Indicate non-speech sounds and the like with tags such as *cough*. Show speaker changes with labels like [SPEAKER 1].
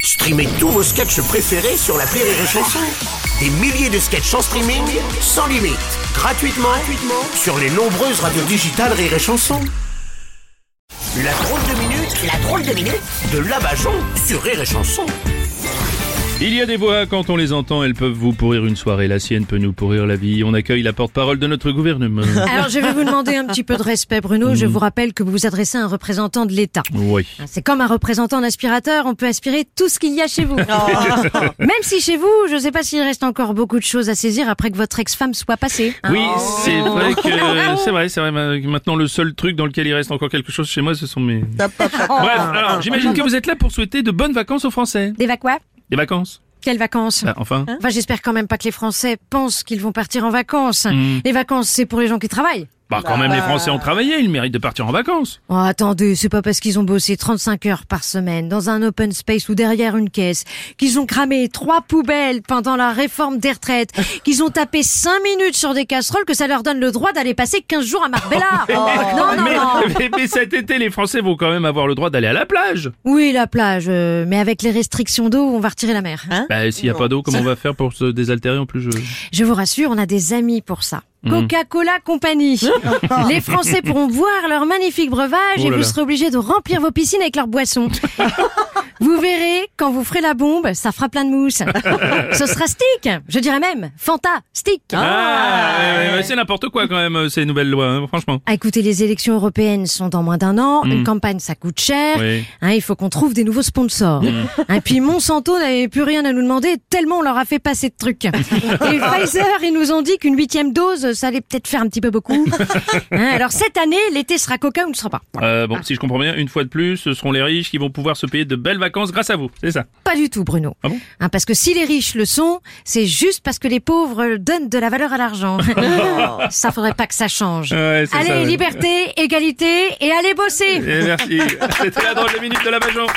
[SPEAKER 1] Streamez tous vos sketchs préférés sur la Rire et Chanson. Des milliers de sketchs en streaming, sans limite, gratuitement, gratuitement sur les nombreuses radios digitales Rire et Chanson. La drôle de minute, la drôle de minute de Labajon sur Rire et Chanson.
[SPEAKER 2] Il y a des voix, quand on les entend, elles peuvent vous pourrir une soirée. La sienne peut nous pourrir la vie. On accueille la porte-parole de notre gouvernement.
[SPEAKER 3] Alors, je vais vous demander un petit peu de respect, Bruno.
[SPEAKER 2] Mm.
[SPEAKER 3] Je vous rappelle que vous vous adressez à un représentant de l'État.
[SPEAKER 2] Oui.
[SPEAKER 3] C'est comme un représentant d'aspirateur, on peut aspirer tout ce qu'il y a chez vous. Même si chez vous, je ne sais pas s'il reste encore beaucoup de choses à saisir après que votre ex-femme soit passée. hein.
[SPEAKER 2] Oui, c'est vrai que c'est vrai, c'est vrai. ma- Maintenant, le seul truc dans lequel il reste encore quelque chose chez moi, ce sont mes. Bref, alors j'imagine que vous êtes là pour souhaiter de bonnes vacances aux Français.
[SPEAKER 3] Des vacances
[SPEAKER 2] Des
[SPEAKER 3] quoi
[SPEAKER 2] vacances.
[SPEAKER 3] Quelles vacances
[SPEAKER 2] Ah, enfin.
[SPEAKER 3] Enfin, j'espère quand même pas que les Français pensent qu'ils vont partir en vacances.
[SPEAKER 2] Mm.
[SPEAKER 3] Les vacances, c'est pour les gens qui travaillent.
[SPEAKER 2] Bah quand même, les Français ont travaillé. Ils méritent de partir en vacances.
[SPEAKER 3] Oh, attendez, c'est pas parce qu'ils ont bossé 35 heures par semaine dans un open space ou derrière une caisse, qu'ils ont cramé trois poubelles pendant la réforme des retraites, qu'ils ont tapé 5 minutes sur des casseroles que ça leur donne le droit d'aller passer 15 jours à Marbella. non, non,
[SPEAKER 2] mais,
[SPEAKER 3] non.
[SPEAKER 2] *laughs* mais- mais cet été, les Français vont quand même avoir le droit d'aller à la plage.
[SPEAKER 3] Oui, la plage, euh, mais avec les restrictions d'eau, on va retirer la mer. hein.
[SPEAKER 2] Bah s'il y a pas d'eau, comment on va faire pour se désaltérer en plus je...
[SPEAKER 3] Je vous rassure, on a des amis pour ça.
[SPEAKER 2] Mhm.
[SPEAKER 3] Coca-Cola Company. Les Français pourront boire leur magnifique breuvage
[SPEAKER 2] Oh
[SPEAKER 3] et
[SPEAKER 2] là là.
[SPEAKER 3] vous serez obligés de remplir vos piscines avec leurs
[SPEAKER 2] *laughs*
[SPEAKER 3] boissons. vous verrez, quand vous ferez la bombe, ça fera plein
[SPEAKER 2] *laughs*
[SPEAKER 3] de mousse. Ce sera stick, je dirais même fantastique.
[SPEAKER 2] Ah, ouais, ouais, ouais, c'est n'importe quoi quand même euh, ces nouvelles lois, hein, franchement.
[SPEAKER 3] Ah, Écoutez, les élections européennes sont dans moins d'un an. Une campagne, ça coûte cher.
[SPEAKER 2] Hmm. Oui.
[SPEAKER 3] Hein, il faut qu'on trouve des nouveaux sponsors.
[SPEAKER 2] Mm.
[SPEAKER 3] Et puis Monsanto n'avait plus rien à nous demander tellement on leur a fait passer de
[SPEAKER 2] *laughs*
[SPEAKER 3] trucs. Et Pfizer, ils nous ont dit qu'une huitième dose, ça allait peut-être faire un petit
[SPEAKER 2] *laughs*
[SPEAKER 3] peu beaucoup. Hein, alors cette année, l'été sera coca ou ne sera pas.
[SPEAKER 2] Euh, bon, si je comprends bien, une fois de plus, ce seront les riches qui vont pouvoir se payer de belles vacances grâce à vous. C'est ça.
[SPEAKER 3] Pas du tout, Bruno.
[SPEAKER 2] Ah bon
[SPEAKER 3] Hein, parce que si les riches le sont, c'est juste parce que les pauvres donnent de la valeur
[SPEAKER 2] *laughs*
[SPEAKER 3] à l'argent. ça faudrait pas que ça change.
[SPEAKER 2] Ouais, c'est
[SPEAKER 3] allez,
[SPEAKER 2] ça, ouais.
[SPEAKER 3] liberté, égalité, et allez bosser
[SPEAKER 2] Eh, *laughs* Et merci. C'était la drôle de minute de la Bajon.